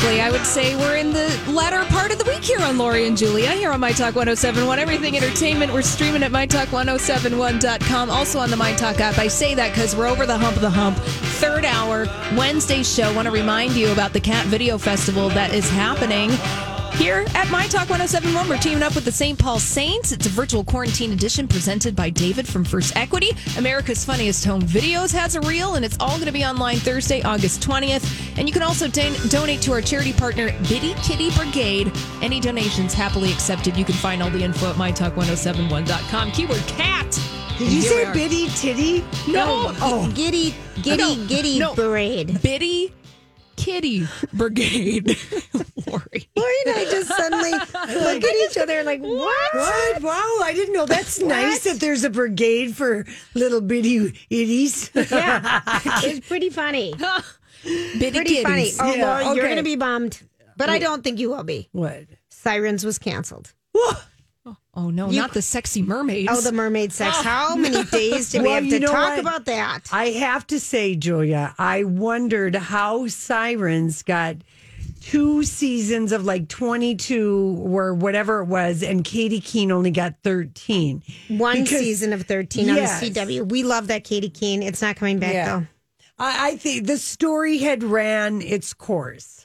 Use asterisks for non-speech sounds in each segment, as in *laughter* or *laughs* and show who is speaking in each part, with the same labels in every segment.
Speaker 1: Julie. I would say we're in the latter part of the week here on Lori and Julia, here on My Talk 1071, Everything Entertainment. We're streaming at MyTalk1071.com, also on the My Talk app. I say that because we're over the hump of the hump. Third hour, Wednesday show. Want to remind you about the Cat Video Festival that is happening. Here at My Talk 1071, we're teaming up with the St. Paul Saints. It's a virtual quarantine edition presented by David from First Equity. America's Funniest Home Videos has a reel, and it's all going to be online Thursday, August 20th. And you can also don- donate to our charity partner, Bitty Kitty Brigade. Any donations happily accepted. You can find all the info at mytalk1071.com. Keyword cat.
Speaker 2: Did
Speaker 1: Here we
Speaker 2: you say
Speaker 1: are.
Speaker 2: bitty titty?
Speaker 1: No.
Speaker 2: Oh.
Speaker 3: Giddy, giddy,
Speaker 1: No,
Speaker 3: giddy
Speaker 1: no.
Speaker 3: parade.
Speaker 1: Bitty Kitty Brigade. *laughs* Lori.
Speaker 2: Lori and I just suddenly look at each other and like, what? *laughs* What? Wow, I didn't know. That's nice that there's a brigade for little bitty itties.
Speaker 3: *laughs* Yeah, it's pretty funny.
Speaker 1: Bitty
Speaker 3: Pretty funny.
Speaker 1: kitties.
Speaker 3: Oh,
Speaker 2: Yeah,
Speaker 3: Lori, you're
Speaker 2: okay.
Speaker 3: going to be bummed, but I don't think you will be.
Speaker 2: *laughs* what?
Speaker 3: Sirens was canceled.
Speaker 2: Whoa.
Speaker 1: Oh, no, not the sexy mermaids.
Speaker 3: Oh, the mermaid sex. How *laughs* many days do we
Speaker 2: Well,
Speaker 3: have
Speaker 2: you
Speaker 3: to
Speaker 2: know
Speaker 3: talk
Speaker 2: what?
Speaker 3: about that?
Speaker 2: I have to say, Julia, I wondered how Sirens got two seasons of like 22 or whatever it was, and Katie Keene only got 13.
Speaker 3: One
Speaker 2: Because-
Speaker 3: season of 13
Speaker 2: Yes.
Speaker 3: on the CW. We love that Katie Keene. It's not coming back,
Speaker 2: Yeah.
Speaker 3: though.
Speaker 2: I, I think the story had ran its course.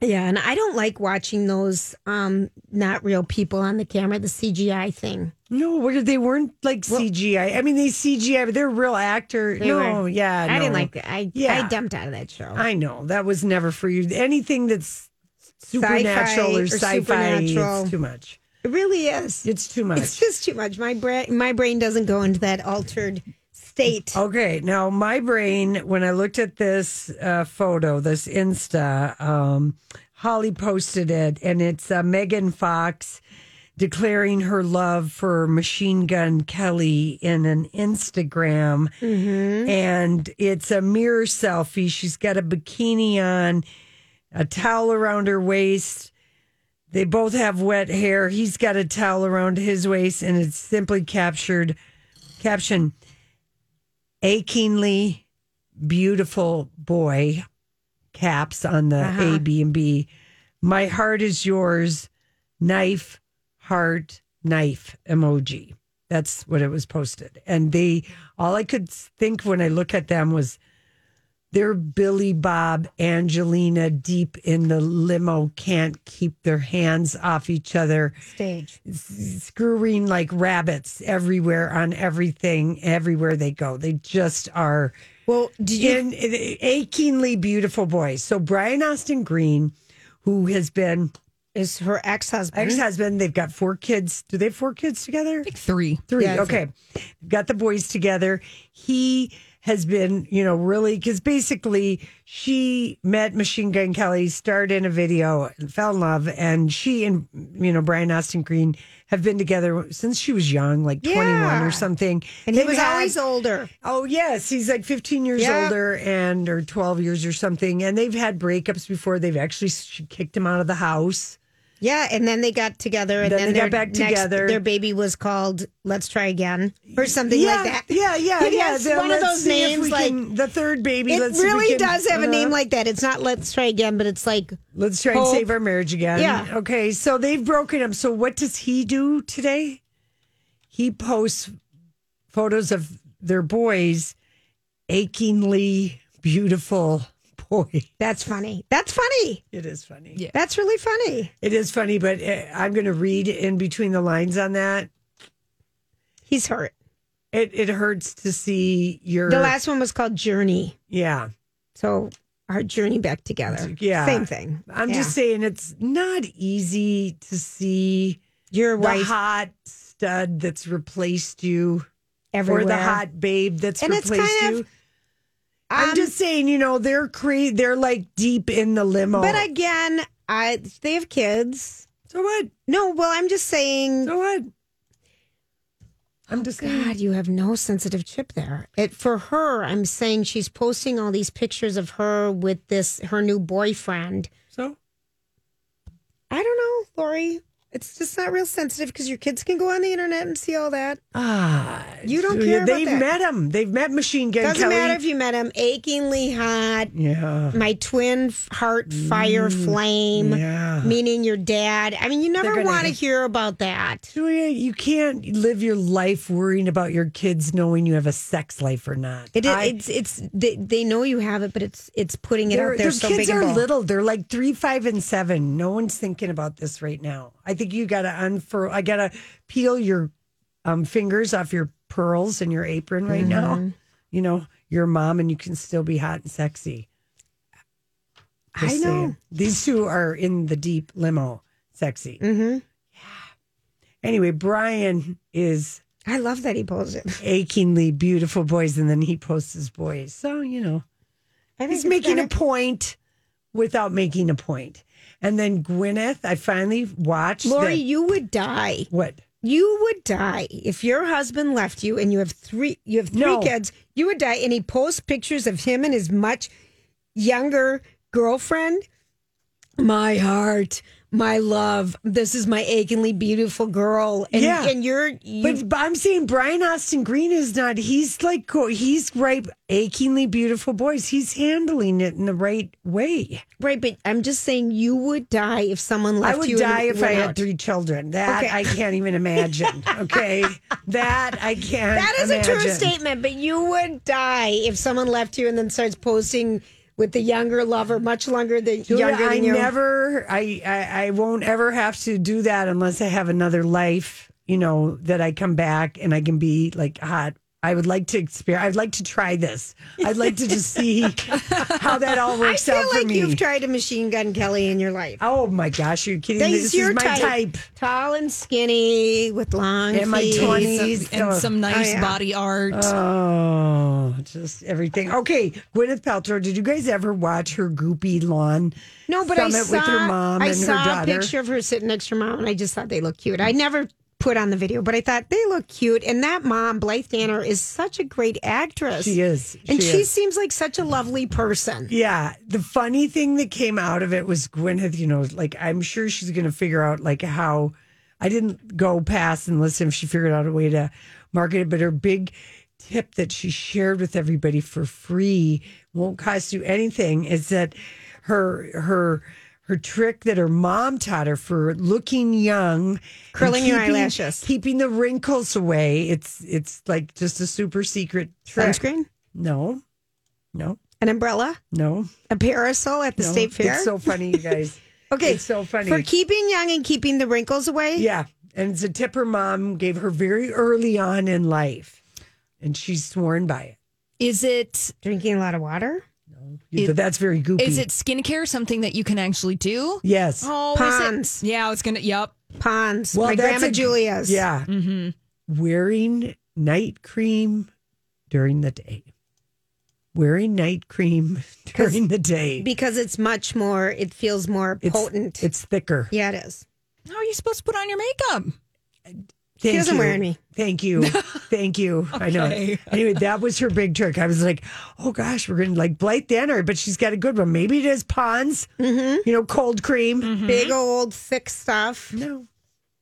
Speaker 3: Yeah, and I don't like watching those um not real people on the camera, the CGI thing.
Speaker 2: No, what did they weren't like CGI. I mean, they CGI, but they're real actor.
Speaker 3: They
Speaker 2: no,
Speaker 3: were-
Speaker 2: yeah,
Speaker 3: I didn't
Speaker 2: no.
Speaker 3: like that. I
Speaker 2: Yeah.
Speaker 3: I dumped out of that show.
Speaker 2: I know that was never for you. Anything that's supernatural
Speaker 3: Sci-fi
Speaker 2: or,
Speaker 3: or
Speaker 2: sci-fi,
Speaker 3: supernatural.
Speaker 2: it's too much.
Speaker 3: it really is.
Speaker 2: It's too much.
Speaker 3: It's just too much. My brain my brain doesn't go into that altered state.
Speaker 2: Okay, now my brain, when I looked at this uh, photo, this Insta, um, Holly posted it, and it's uh, Megan Fox declaring her love for Machine Gun Kelly in an Instagram.
Speaker 3: Mm-hmm.
Speaker 2: And it's a mirror selfie. She's got a bikini on, a towel around her waist. They both have wet hair. He's got a towel around his waist, and it's simply captured, captioned, achingly beautiful boy caps on the A, B, and B. My heart is yours. Knife, heart, knife emoji. That's what it was posted. And they, all I could think when I look at them was they're Billy Bob, Angelina deep in the limo, can't keep their hands off each other
Speaker 3: Stage.
Speaker 2: scurrying like rabbits everywhere on everything, everywhere they go. They just are
Speaker 3: Well, did you
Speaker 2: in, achingly beautiful boys. So Brian Austin Green, who has been
Speaker 3: is her ex husband.
Speaker 2: ex husband, they've got four kids. Do they have four kids together?
Speaker 1: Three.
Speaker 2: Three.
Speaker 3: Yeah, I
Speaker 2: okay. Got the boys together. He has been, you know, really because basically she met Machine Gun Kelly, starred in a video, fell in love, and she and you know Brian Austin Green have been together since she was young, like twenty one
Speaker 3: Yeah.
Speaker 2: or something.
Speaker 3: and he
Speaker 2: They've
Speaker 3: was
Speaker 2: had-
Speaker 3: always older.
Speaker 2: Oh yes, he's like 15 years
Speaker 3: Yeah.
Speaker 2: older and or 12 years or something. And they've had breakups before. They've actually she kicked him out of the house.
Speaker 3: Yeah, and then they got together, and
Speaker 2: Then
Speaker 3: then,
Speaker 2: they
Speaker 3: their
Speaker 2: got back
Speaker 3: next-
Speaker 2: together.
Speaker 3: Their baby was called "Let's Try Again" or something
Speaker 2: yeah,
Speaker 3: like that.
Speaker 2: yeah, yeah,
Speaker 3: It
Speaker 2: yeah.
Speaker 3: has
Speaker 2: The-
Speaker 3: one of
Speaker 2: let's
Speaker 3: those
Speaker 2: see if
Speaker 3: names,
Speaker 2: we
Speaker 3: like-
Speaker 2: can- the third baby.
Speaker 3: It
Speaker 2: let's see if we
Speaker 3: really
Speaker 2: can-
Speaker 3: does have a name
Speaker 2: Uh-huh.
Speaker 3: like that. It's not "Let's Try Again," but it's like
Speaker 2: Let's try and
Speaker 3: Hope.
Speaker 2: save our marriage again.
Speaker 3: Yeah.
Speaker 2: Okay. So they've broken up. So what does he do today? He posts photos of their boys, achingly beautiful *laughs* boy.
Speaker 3: that's funny. That's funny.
Speaker 2: It is funny.
Speaker 1: Yeah.
Speaker 3: That's really funny.
Speaker 2: It is funny, but uh, I'm going to read in between the lines on that.
Speaker 3: He's hurt.
Speaker 2: It it hurts to see your
Speaker 3: The last one was called "Journey,"
Speaker 2: yeah.
Speaker 3: so our journey back together.
Speaker 2: Yeah.
Speaker 3: same thing.
Speaker 2: I'm
Speaker 3: Yeah.
Speaker 2: just saying it's not easy to see
Speaker 3: your
Speaker 2: the
Speaker 3: wife
Speaker 2: hot stud that's replaced you.
Speaker 3: everywhere.
Speaker 2: or the hot babe that's
Speaker 3: And it's
Speaker 2: replaced
Speaker 3: kind
Speaker 2: you.
Speaker 3: of-
Speaker 2: I'm
Speaker 3: Um,
Speaker 2: just saying, you know, they're cre- they're like deep in the limo.
Speaker 3: but again, I they have kids.
Speaker 2: so what?
Speaker 3: No, well, I'm just saying.
Speaker 2: So what? I'm just saying.
Speaker 3: God, you have no sensitive chip there. It for her, I'm saying she's posting all these pictures of her with this her new boyfriend.
Speaker 2: So
Speaker 3: I don't know, Lori. It's just not real sensitive because your kids can go on the internet and see all that.
Speaker 2: Ah,
Speaker 3: You don't care about
Speaker 2: They've
Speaker 3: that.
Speaker 2: met him. They've met Machine Gun
Speaker 3: Doesn't
Speaker 2: Kelly.
Speaker 3: matter if you met him achingly hot,
Speaker 2: yeah,
Speaker 3: my twin f- heart fire flame,
Speaker 2: yeah.
Speaker 3: meaning your dad. I mean, you never
Speaker 2: gonna-
Speaker 3: want to hear about that.
Speaker 2: Julia, you can't live your life worrying about your kids knowing you have a sex life or not.
Speaker 3: It is.
Speaker 2: I-
Speaker 3: it's. It's. They, they know you have it, but it's. It's putting it
Speaker 2: their,
Speaker 3: out there.
Speaker 2: their
Speaker 3: so
Speaker 2: kids
Speaker 3: big and
Speaker 2: are
Speaker 3: bold.
Speaker 2: little. They're like three, five, and seven. No one's thinking about this right now. I think you got to unfurl. I got to peel your um, fingers off your pearls and your apron right
Speaker 3: Mm-hmm.
Speaker 2: now. You know, you're a mom, and you can still be hot and sexy.
Speaker 3: I
Speaker 2: Just
Speaker 3: know.
Speaker 2: saying. These two are in the deep limo, sexy.
Speaker 3: Mm-hmm.
Speaker 2: Anyway, Brian is
Speaker 3: I love that he pulls it.
Speaker 2: achingly beautiful boys, and then he posts his boys. So you know.
Speaker 3: I think
Speaker 2: He's
Speaker 3: it's
Speaker 2: making a
Speaker 3: better.
Speaker 2: point without making a point. And then Gwyneth, I finally watched.
Speaker 3: Lori,
Speaker 2: the-
Speaker 3: you would die.
Speaker 2: what?
Speaker 3: You would die if your husband left you and you have three you have three
Speaker 2: No.
Speaker 3: kids. You would die and he posts pictures of him and his much younger girlfriend. My heart, my love. This is my achingly beautiful girl. And,
Speaker 2: Yeah.
Speaker 3: and you're you,
Speaker 2: But I'm saying Brian Austin Green is not. He's like go- he's right, achingly beautiful boys. He's handling it in the right way.
Speaker 3: right, but I'm just saying you would die if someone left
Speaker 2: I would
Speaker 3: you. and
Speaker 2: die if I
Speaker 3: went
Speaker 2: had
Speaker 3: out.
Speaker 2: three children. That
Speaker 3: Okay.
Speaker 2: I can't even imagine.
Speaker 3: *laughs*
Speaker 2: Okay, that I can't.
Speaker 3: That is a true
Speaker 2: imagine.
Speaker 3: statement, but you would die if someone left you and then starts posting with the younger lover, much longer than
Speaker 2: Julia,
Speaker 3: younger than
Speaker 2: I
Speaker 3: you.
Speaker 2: never, I, I, I won't ever have to do that unless I have another life. You know that I come back and I can be like hot. I would like to experience. I'd like to try this. I'd like to just
Speaker 3: *laughs*
Speaker 2: see how that all
Speaker 3: I
Speaker 2: works
Speaker 3: feel
Speaker 2: out for
Speaker 3: like
Speaker 2: me.
Speaker 3: you've tried a machine gun Kelly in your life.
Speaker 2: oh my gosh, are you kidding? me?
Speaker 3: He's
Speaker 2: This
Speaker 3: your
Speaker 2: is my type.
Speaker 3: Tall and skinny with long
Speaker 2: In my
Speaker 3: feet.
Speaker 2: 20s.
Speaker 1: Some- and some nice
Speaker 3: yeah.
Speaker 1: body art.
Speaker 2: Oh, just everything. Okay, Gwyneth Paltrow. Did you guys ever watch her goopy lawn?
Speaker 3: No, but I
Speaker 2: summit
Speaker 3: saw,
Speaker 2: with her mom
Speaker 3: I
Speaker 2: and her
Speaker 3: saw a
Speaker 2: daughter?
Speaker 3: picture of her sitting next to her mom, and I just thought they looked cute. I never put on the video, but I thought they look cute. And that mom, Blythe Danner, is such a great actress.
Speaker 2: She is.
Speaker 3: And
Speaker 2: she
Speaker 3: she
Speaker 2: is.
Speaker 3: seems like such a lovely person.
Speaker 2: Yeah, the funny thing that came out of it was Gwyneth. You know, like I'm sure she's going to figure out like how. I didn't go past and listen if she figured out a way to market it, but her big tip that she shared with everybody for free won't cost you anything is that her her her trick that her mom taught her for looking young and
Speaker 3: Curling your eyelashes.
Speaker 2: keeping the wrinkles away it's it's like just a super secret trick
Speaker 3: Sunscreen,
Speaker 2: no no
Speaker 3: an umbrella,
Speaker 2: no
Speaker 3: a parasol at the
Speaker 2: no,
Speaker 3: state fair.
Speaker 2: It's so funny, you guys.
Speaker 3: *laughs* okay,
Speaker 2: It's so funny.
Speaker 3: for keeping young and keeping the wrinkles away.
Speaker 2: yeah. And it's a tip her mom gave her very early on in life. And she's sworn by
Speaker 1: Is it
Speaker 3: Drinking a lot of water.
Speaker 2: it. But that's very goopy.
Speaker 1: is it skincare something that you can actually do?
Speaker 2: Yes.
Speaker 1: Oh,
Speaker 3: Ponds.
Speaker 1: Is it? Yeah, it's gonna. Yep.
Speaker 3: Ponds.
Speaker 2: Well,
Speaker 3: my
Speaker 2: that's
Speaker 3: grandma
Speaker 2: a-
Speaker 3: Julia's.
Speaker 2: Yeah.
Speaker 1: Mm-hmm.
Speaker 2: Wearing night cream during the day. Wearing night cream *laughs* during the day.
Speaker 3: Because it's much more, it feels more
Speaker 2: It's-
Speaker 3: potent.
Speaker 2: It's thicker.
Speaker 3: yeah, it is.
Speaker 1: How are you supposed to put on your makeup?
Speaker 2: Thank
Speaker 3: doesn't
Speaker 2: you.
Speaker 3: wear any.
Speaker 2: Thank
Speaker 3: *laughs*
Speaker 2: you. Thank you. I know.
Speaker 1: Okay.
Speaker 2: it. Anyway, that was her big trick. I was like, oh gosh, we're going to like Blythe Danner, but she's got a good one. Maybe it is Pond's, you know, cold cream.
Speaker 3: Mm-hmm. Big old thick stuff.
Speaker 2: No,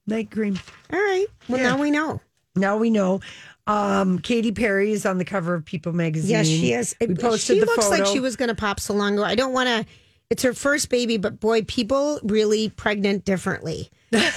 Speaker 2: night cream.
Speaker 3: All right. Well, now we know.
Speaker 2: Now we know. Um, Katy Perry is on the cover of People magazine.
Speaker 3: Yes, she is.
Speaker 2: We posted
Speaker 3: she
Speaker 2: the
Speaker 3: looks
Speaker 2: photo.
Speaker 3: like she was going to pop so long ago. I don't want to. It's her first baby, but boy, people really
Speaker 2: *laughs*
Speaker 3: pregnant differently.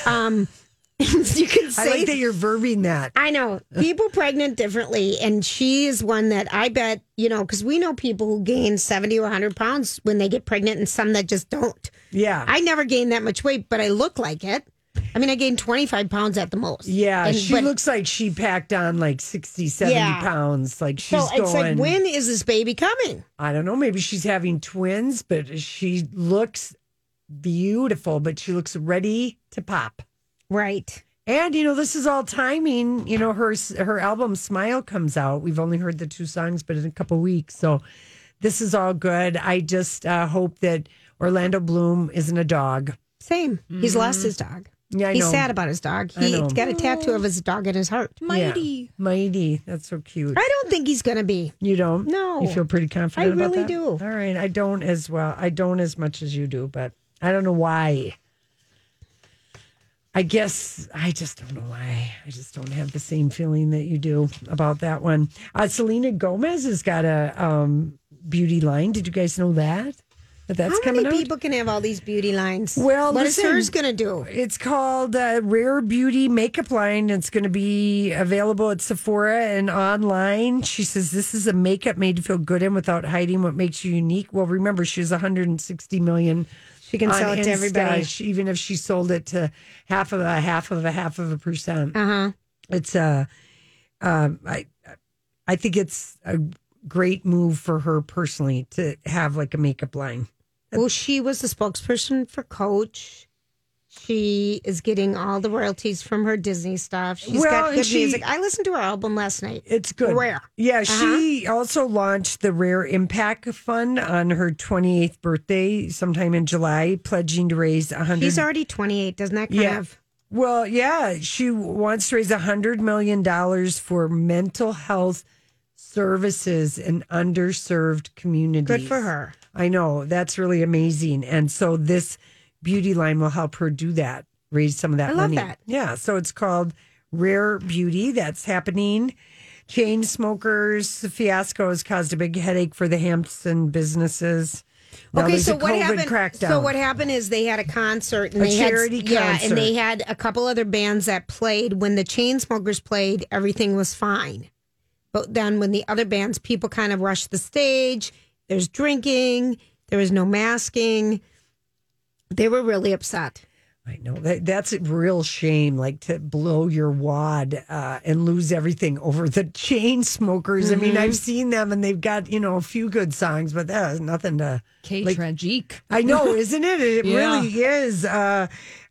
Speaker 3: Um, *laughs* you can
Speaker 2: I
Speaker 3: say
Speaker 2: like that you're verbing that.
Speaker 3: I know people pregnant differently, and she is one that I bet you know because we know people who gain seventy or hundred pounds when they get pregnant, and some that just don't.
Speaker 2: Yeah.
Speaker 3: I never gained that much weight, but I look like it. I mean, I gained twenty five pounds at the most.
Speaker 2: yeah,
Speaker 3: And-
Speaker 2: she
Speaker 3: but-
Speaker 2: looks like she packed on like 60, 70
Speaker 3: Yeah.
Speaker 2: pounds. Like
Speaker 3: So
Speaker 2: she's
Speaker 3: it's
Speaker 2: going.
Speaker 3: like, when is this baby coming?
Speaker 2: I don't know. Maybe she's having twins, but she looks beautiful, but she looks ready to pop.
Speaker 3: Right.
Speaker 2: And you know, this is all timing. You know, her her album Smile comes out. We've only heard the two songs, but in a couple weeks, so this is all good. I just uh, hope that Orlando Bloom isn't a dog.
Speaker 3: Same. He's
Speaker 2: Mm-hmm.
Speaker 3: lost his dog.
Speaker 2: Yeah, I
Speaker 3: He's
Speaker 2: know.
Speaker 3: sad about his dog.
Speaker 2: I
Speaker 3: He
Speaker 2: know.
Speaker 3: got a tattoo of his dog in his heart.
Speaker 1: Mighty.
Speaker 2: Mighty, that's so cute.
Speaker 3: I don't think he's going to be.
Speaker 2: You don't?
Speaker 3: No.
Speaker 2: You feel pretty confident.
Speaker 3: I
Speaker 2: about
Speaker 3: really
Speaker 2: that?
Speaker 3: do.
Speaker 2: All right, I don't as well. I don't as much as you do, but I don't know why. I guess I just don't know why. I just don't have the same feeling that you do about that one. Uh, Selena Gomez has got a um, beauty line. Did you guys know that? That that's
Speaker 3: How
Speaker 2: coming
Speaker 3: many
Speaker 2: out.
Speaker 3: people can have all these beauty lines?
Speaker 2: Well,
Speaker 3: what is
Speaker 2: listen.
Speaker 3: hers going to do?
Speaker 2: It's called uh, Rare Beauty Makeup Line. It's going to be available at Sephora and online. She says this is a makeup made to feel good in without hiding what makes you unique. Well, remember she has 160 million.
Speaker 3: She can
Speaker 2: on
Speaker 3: sell it to
Speaker 2: Insta,
Speaker 3: everybody.
Speaker 2: she- even if she sold it to half of a half of a half of a percent.
Speaker 3: Uh huh.
Speaker 2: It's uh, um, I, I think it's a great move for her personally to have like a makeup line.
Speaker 3: Well, she was the spokesperson for Coach. She is getting all the royalties from her Disney stuff. She's
Speaker 2: Well,
Speaker 3: got
Speaker 2: and
Speaker 3: good
Speaker 2: she-
Speaker 3: music. I listened to her album last night.
Speaker 2: It's good.
Speaker 3: Rare.
Speaker 2: Yeah, she
Speaker 3: Uh-huh.
Speaker 2: also launched the Rare Impact Fund on her 28th birthday sometime in July, pledging to raise 100
Speaker 3: She's already 28. Doesn't that kind
Speaker 2: Yeah.
Speaker 3: of
Speaker 2: Well, yeah, she wants to raise $100 million for mental health services in underserved communities.
Speaker 3: good for her?
Speaker 2: I know. That's really amazing. And so this beauty line will help her do that, raise some of that
Speaker 3: I love
Speaker 2: money.
Speaker 3: that.
Speaker 2: Yeah. So it's called Rare Beauty. That's happening. Chain smokers fiasco has caused a big headache for the Hampson businesses. Now
Speaker 3: okay,
Speaker 2: there's
Speaker 3: so
Speaker 2: a
Speaker 3: what
Speaker 2: COVID
Speaker 3: happened?
Speaker 2: Crackdown.
Speaker 3: So what happened is they had a concert and
Speaker 2: A
Speaker 3: they had-
Speaker 2: charity
Speaker 3: yeah,
Speaker 2: concert.
Speaker 3: and they had a couple other bands that played. When the Chainsmokers played, everything was fine, but then when the other bands, people kind of rushed the stage. There's drinking. There was no masking. They were really upset.
Speaker 2: I know that that's a real shame, like to blow your wad uh, and lose everything over the chain smokers. I mean,
Speaker 3: Mm-hmm.
Speaker 2: I've seen them and they've got you know a few good songs, but that has nothing to.
Speaker 1: K
Speaker 2: Like-
Speaker 1: tragique.
Speaker 2: I
Speaker 3: *laughs*
Speaker 2: know, isn't it? It
Speaker 1: Yeah.
Speaker 2: really is. Uh,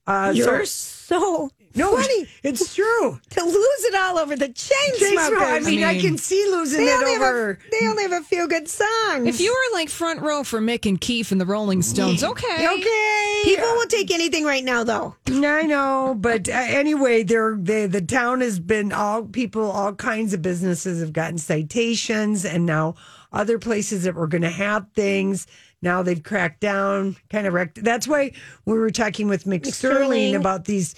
Speaker 2: uh, so-
Speaker 3: You're so
Speaker 2: no,
Speaker 3: funny
Speaker 2: it's true.
Speaker 3: *laughs* to lose it all over the
Speaker 2: Jason,
Speaker 3: Chainsmokers.
Speaker 2: I mean, I
Speaker 1: mean-
Speaker 2: can see losing
Speaker 3: they
Speaker 2: it
Speaker 3: only,
Speaker 2: over.
Speaker 3: have a, they only have a few good songs.
Speaker 1: If you were like front row for Mick and Keith and the Rolling Stones, okay.
Speaker 2: okay,
Speaker 3: people will take anything right now, though.
Speaker 2: I know, but uh, anyway, they're, they the town has been all people, all kinds of businesses have gotten citations, and now other places that were going to have things now they've cracked down, kind of wrecked. That's why we were talking with Mick Sterling
Speaker 3: Sterling.
Speaker 2: about these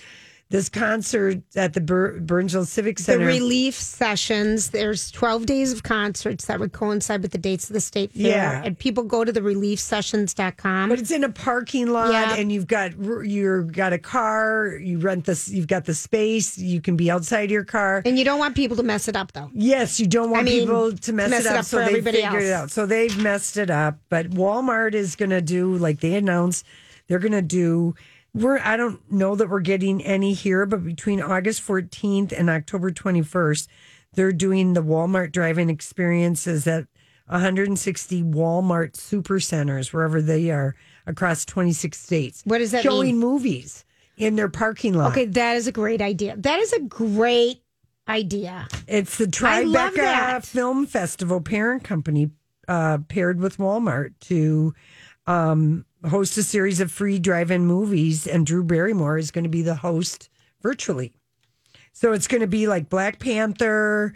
Speaker 2: this concert at the Bur- Burnsville Civic
Speaker 3: the
Speaker 2: Center.
Speaker 3: relief sessions. There's 12 days of concerts that would coincide with the dates of the state fair.
Speaker 2: Yeah.
Speaker 3: And people go to the reliefsessions.com.
Speaker 2: but it's in a parking lot,
Speaker 3: Yeah.
Speaker 2: and you've got you've got a car. You rent this. You've got the space. You can be outside your car.
Speaker 3: and you don't want people to mess it up, though.
Speaker 2: Yes, you don't want
Speaker 3: I mean,
Speaker 2: people to mess, it up, so
Speaker 3: for
Speaker 2: they
Speaker 3: everybody
Speaker 2: figured it
Speaker 3: else.
Speaker 2: out. So they've messed it up. But Walmart is going to do like they announced they're going to do. We're I don't know that we're getting any here, but between August 14th and October 21st, they're doing the Walmart driving experiences at 160 Walmart supercenters wherever they are across 26 states.
Speaker 3: What does that
Speaker 2: showing
Speaker 3: mean?
Speaker 2: movies in their parking lot.
Speaker 3: Okay, that is a great idea. That is a great idea.
Speaker 2: It's the
Speaker 3: I love
Speaker 2: Tribeca
Speaker 3: that.
Speaker 2: Film Festival parent company uh, paired with Walmart to um, host a series of free drive-in movies, and Drew Barrymore is going to be the host virtually. So it's going to be like Black Panther,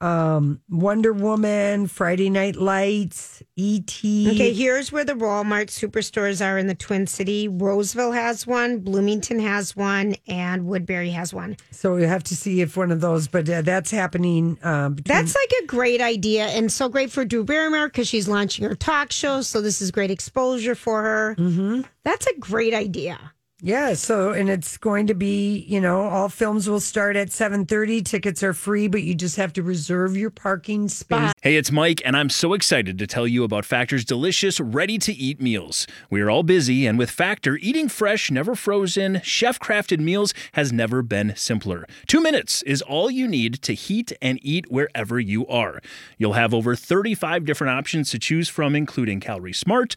Speaker 2: um, Wonder Woman, Friday Night Lights, E E.T.
Speaker 3: Okay, here's where the Walmart superstores are in the Twin City. Roseville has one, Bloomington has one, and Woodbury has one.
Speaker 2: So we have to see if one of those, but uh, that's happening. Uh, between-
Speaker 3: That's like a great idea and so great for Drew Barrymore because she's launching her talk show. So this is great exposure for her. Mm-hmm. That's a great idea.
Speaker 2: Yeah, so and it's going to be, you know, all films will start at 7:30. Tickets are free, but you just have to reserve your parking space.
Speaker 4: Hey, it's Mike, and I'm so excited to tell you about Factor's delicious, ready to eat meals. We are all busy, and with Factor, eating fresh, never frozen, chef crafted meals has never been simpler. Two minutes is all you need to heat and eat wherever you are. You'll have over 35 different options to choose from, including Calorie Smart,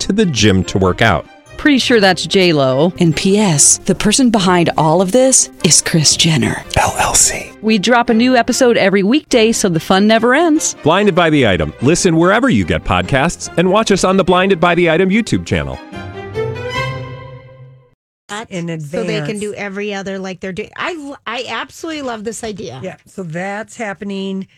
Speaker 5: to the gym to work out.
Speaker 6: Pretty sure that's J Lo.
Speaker 7: And P.S. The person behind all of this is Chris Jenner.
Speaker 5: LLC.
Speaker 6: We drop a new episode every weekday, so the fun never ends.
Speaker 5: Blinded by the item. Listen wherever you get podcasts, and watch us on the Blinded by the Item YouTube channel.
Speaker 2: In
Speaker 3: So they can
Speaker 2: advance.
Speaker 3: do every other like they're doing. I l- I absolutely love this idea.
Speaker 2: Yeah, so that's happening.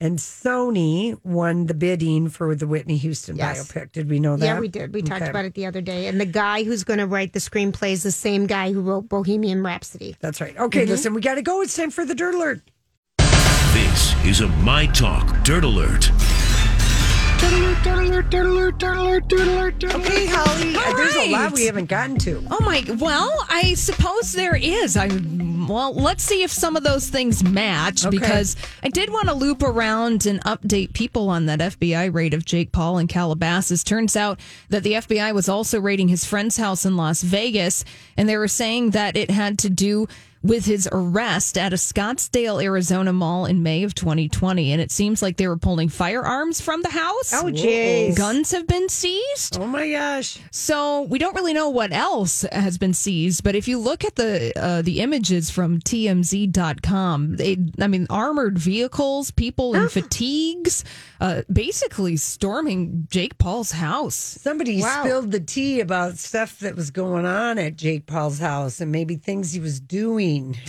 Speaker 2: And Sony won the bidding for the Whitney Houston
Speaker 3: Yes.
Speaker 2: biopic. Did we know that?
Speaker 3: Yeah, we did. We talked
Speaker 2: Okay.
Speaker 3: about it the other day. And the guy who's going to write the screenplay is the same guy who wrote Bohemian Rhapsody.
Speaker 2: That's right. Okay,
Speaker 3: Mm-hmm.
Speaker 2: listen, we got to go. It's time for the dirt alert.
Speaker 8: This is a My Talk Dirt Alert.
Speaker 2: Okay, Holly,
Speaker 1: All
Speaker 2: Uh, there's a lot
Speaker 1: right.
Speaker 2: we haven't gotten to.
Speaker 1: Oh my! Well, I suppose there is. I well, let's see if some of those things match
Speaker 2: Okay.
Speaker 1: because I did want to loop around and update people on that FBI raid of Jake Paul in Calabasas. Turns out that the FBI was also raiding his friend's house in Las Vegas, and they were saying that it had to do with his arrest at a Scottsdale, Arizona mall in May of 2020. And it seems like they were pulling firearms from the house.
Speaker 3: Oh, jeez.
Speaker 1: Guns have been seized.
Speaker 2: Oh my gosh.
Speaker 1: So we don't really know what else has been seized, but if you look at the uh, the images from TMZ.com, they, I mean, armored vehicles, people
Speaker 3: Ah.
Speaker 1: in fatigues, uh, basically storming Jake Paul's house.
Speaker 2: Somebody spilled the tea about stuff that was going on at Jake Paul's house and maybe things he was doing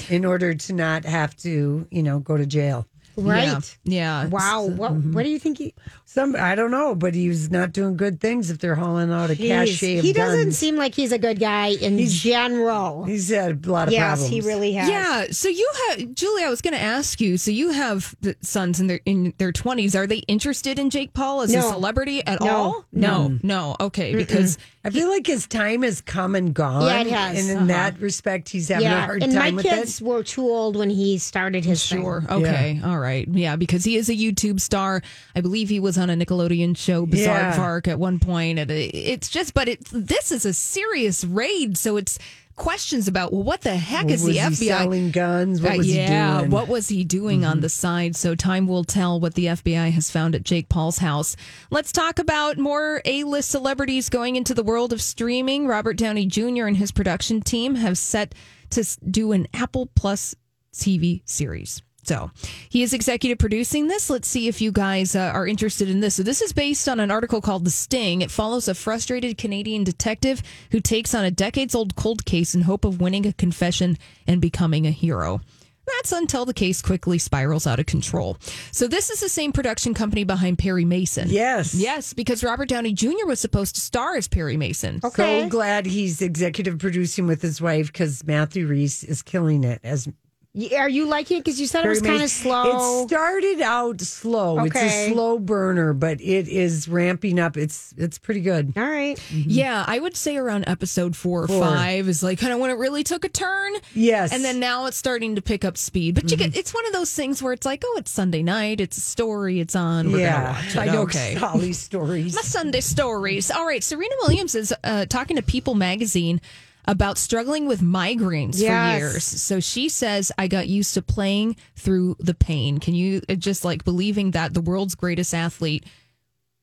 Speaker 2: in order to not have to, you know, go to jail.
Speaker 3: Right.
Speaker 1: Yeah. Yeah.
Speaker 3: Wow.
Speaker 2: uh,
Speaker 3: What
Speaker 2: mm-hmm.
Speaker 3: what do you think he
Speaker 2: Some I don't know, but he was not doing good things if they're hauling out a
Speaker 3: Jeez.
Speaker 2: cachet of
Speaker 3: He doesn't
Speaker 2: guns.
Speaker 3: seem like he's a good guy in general.
Speaker 2: He's had a lot of
Speaker 3: yes,
Speaker 2: problems.
Speaker 3: he really has.
Speaker 1: Yeah. So you have Julie. I was going to ask you. So you have the sons in their in their twenties. Are they interested in Jake Paul as a
Speaker 3: No.
Speaker 1: celebrity at
Speaker 3: No.
Speaker 1: all? No. No. Okay. Because
Speaker 2: I feel like his time has come and gone.
Speaker 3: Yeah, it has. Uh-huh.
Speaker 2: And in that respect, he's having a
Speaker 3: Yeah.
Speaker 2: hard
Speaker 3: And my
Speaker 2: time with
Speaker 3: kids
Speaker 2: it.
Speaker 3: were too old when he started his thing.
Speaker 1: Sure. Okay. All right. Yeah, because he is a YouTube star. I believe he was on a Nickelodeon show, Bizarre
Speaker 2: Yeah.
Speaker 1: Park, at one point. And it- It's just, but it, this is a serious raid, so it's questions about well, what the heck is
Speaker 2: was
Speaker 1: the
Speaker 2: he
Speaker 1: FBI?
Speaker 2: selling guns? What
Speaker 1: Uh,
Speaker 2: was he
Speaker 1: yeah,
Speaker 2: doing?
Speaker 1: what was he doing on the side? So time will tell what the FBI has found at Jake Paul's house. Let's talk about more A-list celebrities going into the world of streaming. Robert Downey Jr. and his production team have set to s- do an Apple Plus TV series. So he is executive producing this. Let's see if you guys uh, are interested in this. So this is based on an article called The Sting. It follows a frustrated Canadian detective who takes on a decades old cold case in hope of winning a confession and becoming a hero. That's until the case quickly spirals out of control. So this is the same production company behind Perry Mason.
Speaker 2: Yes.
Speaker 1: Yes, because Robert Downey Jr. was supposed to star as Perry Mason.
Speaker 3: Okay.
Speaker 2: So glad he's executive producing with his wife because Matthew Reese is killing it as
Speaker 3: Y- Are you liking it? Because you said it was
Speaker 2: Perry
Speaker 3: kind of
Speaker 2: Mason.
Speaker 3: slow.
Speaker 2: It started out slow. It's
Speaker 3: Okay.
Speaker 2: a slow burner, but it is ramping up. It's it's pretty good.
Speaker 3: All right.
Speaker 1: Yeah, I would say around episode four or
Speaker 2: Four.
Speaker 1: five is like kind of when it really took a turn.
Speaker 2: Yes. Mm-hmm.
Speaker 1: And then now it's starting to pick up speed. But you get it's one of those things where it's like, oh, it's Sunday night, it's a story, it's on. We're
Speaker 2: yeah,
Speaker 1: gonna watch it.
Speaker 2: I know *laughs*
Speaker 1: Okay.
Speaker 2: Holly's stories.
Speaker 1: My Sunday stories. All right, Serena Williams is uh, talking to People magazine about struggling with migraines for
Speaker 3: Yes.
Speaker 1: years. So she says, I got used to playing through the pain. Can you uh, just like believing that the world's greatest athlete,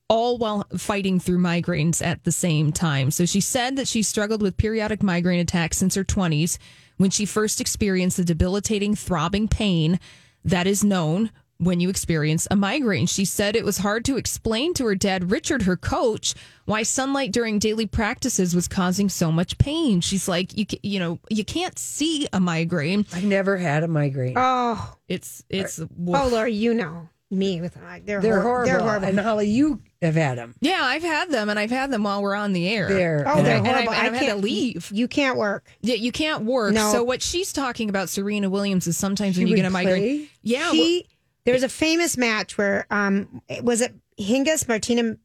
Speaker 1: all while fighting through migraines at the same time? So she said that she struggled with periodic migraine attacks since her 20s when she first experienced the debilitating throbbing pain that is known when you experience a migraine. She said it was hard to explain to her dad, Richard, her coach, why sunlight during daily practices was causing so much pain. She's like, you ca- you know, you can't see a migraine.
Speaker 2: I've never had a migraine.
Speaker 3: Oh,
Speaker 1: It's it's
Speaker 3: oh, Laura, you know me with uh, they're
Speaker 2: they're
Speaker 3: hor-
Speaker 2: horrible.
Speaker 3: They're horrible.
Speaker 2: And Holly, you have had them.
Speaker 1: yeah, I've had them and I've had them while we're on the air.
Speaker 2: There.
Speaker 3: Oh,
Speaker 2: And
Speaker 3: they're
Speaker 2: I-
Speaker 1: and I-
Speaker 3: horrible.
Speaker 1: and I've
Speaker 3: I
Speaker 1: had to
Speaker 3: can't
Speaker 1: leave.
Speaker 3: You can't work.
Speaker 1: Yeah, you can't work.
Speaker 3: No.
Speaker 1: So what she's talking about, Serena Williams, is sometimes when
Speaker 2: She
Speaker 1: you get
Speaker 2: would
Speaker 1: a migraine.
Speaker 2: play?
Speaker 1: Yeah,
Speaker 3: She, there was a famous match where um, it- was it Hingis Martina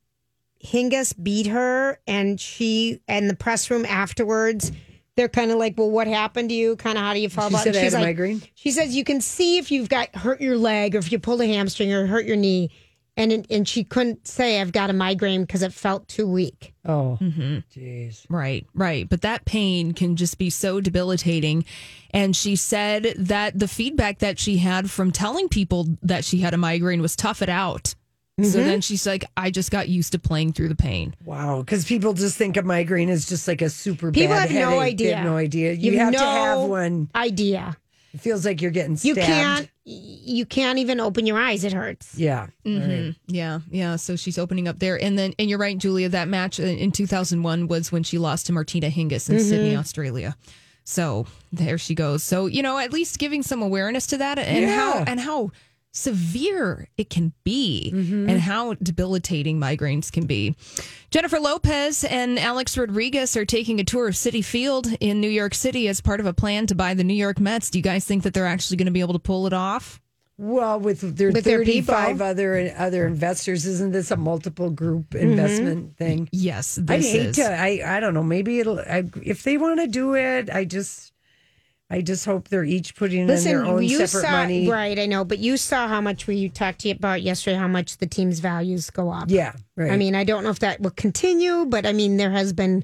Speaker 3: Hingis beat her and she and the press room afterwards, they're kind of like, Well, what happened to you? Kind of how do you fall
Speaker 2: She
Speaker 3: about?
Speaker 2: said I
Speaker 3: she's
Speaker 2: had a
Speaker 3: like,
Speaker 2: migraine.
Speaker 3: She says you can see if you've got hurt your leg or if you pulled a hamstring or hurt your knee. And it, and she couldn't say I've got a migraine because it felt too weak.
Speaker 2: Oh,
Speaker 1: Mm-hmm.
Speaker 2: jeez.
Speaker 1: Right, right. But that pain can just be so debilitating. And she said that the feedback that she had from telling people that she had a migraine was tough it out. So
Speaker 2: Mm-hmm.
Speaker 1: then she's like, I just got used to playing through the pain.
Speaker 2: Wow. Because people just think a migraine is just like a super
Speaker 3: People
Speaker 2: bad
Speaker 3: have no
Speaker 2: headache. They
Speaker 3: idea.
Speaker 2: have no idea. You, have to have
Speaker 3: no
Speaker 2: one.
Speaker 3: idea.
Speaker 2: It feels like you're getting
Speaker 3: You
Speaker 2: stabbed.
Speaker 3: can't. You can't even open your eyes. It hurts.
Speaker 2: Yeah.
Speaker 1: Mhm. Yeah, yeah. So she's opening up there, and then and you're right, Julia. That match in- in 2001 was when she lost to Martina Hingis
Speaker 2: Mm-hmm.
Speaker 1: in Sydney, Australia. So there she goes. So you know, at least giving some awareness to that and how
Speaker 2: Yeah.
Speaker 1: and how severe it can be
Speaker 2: Mm-hmm.
Speaker 1: and how debilitating migraines can be. Jennifer Lopez and Alex Rodriguez are taking a tour of City Field in New York City as part of a plan to buy the New York Mets. Do you guys think that they're actually going to be able to pull it off?
Speaker 2: Well, with their
Speaker 3: With their people.
Speaker 2: 35 other other investors, isn't this a multiple group
Speaker 3: Mm-hmm.
Speaker 2: investment thing?
Speaker 1: Yes, this
Speaker 2: I'd hate
Speaker 1: is.
Speaker 2: to. I I don't know. Maybe it'll. I, if they want to do it, I just, I just hope they're each putting in their own separate
Speaker 3: saw
Speaker 2: money.
Speaker 3: right. I know, but you saw how much we talked to you about yesterday. How much the team's values go up.
Speaker 2: Yeah. Right.
Speaker 3: I mean, I don't know if that will continue, but I mean, there has been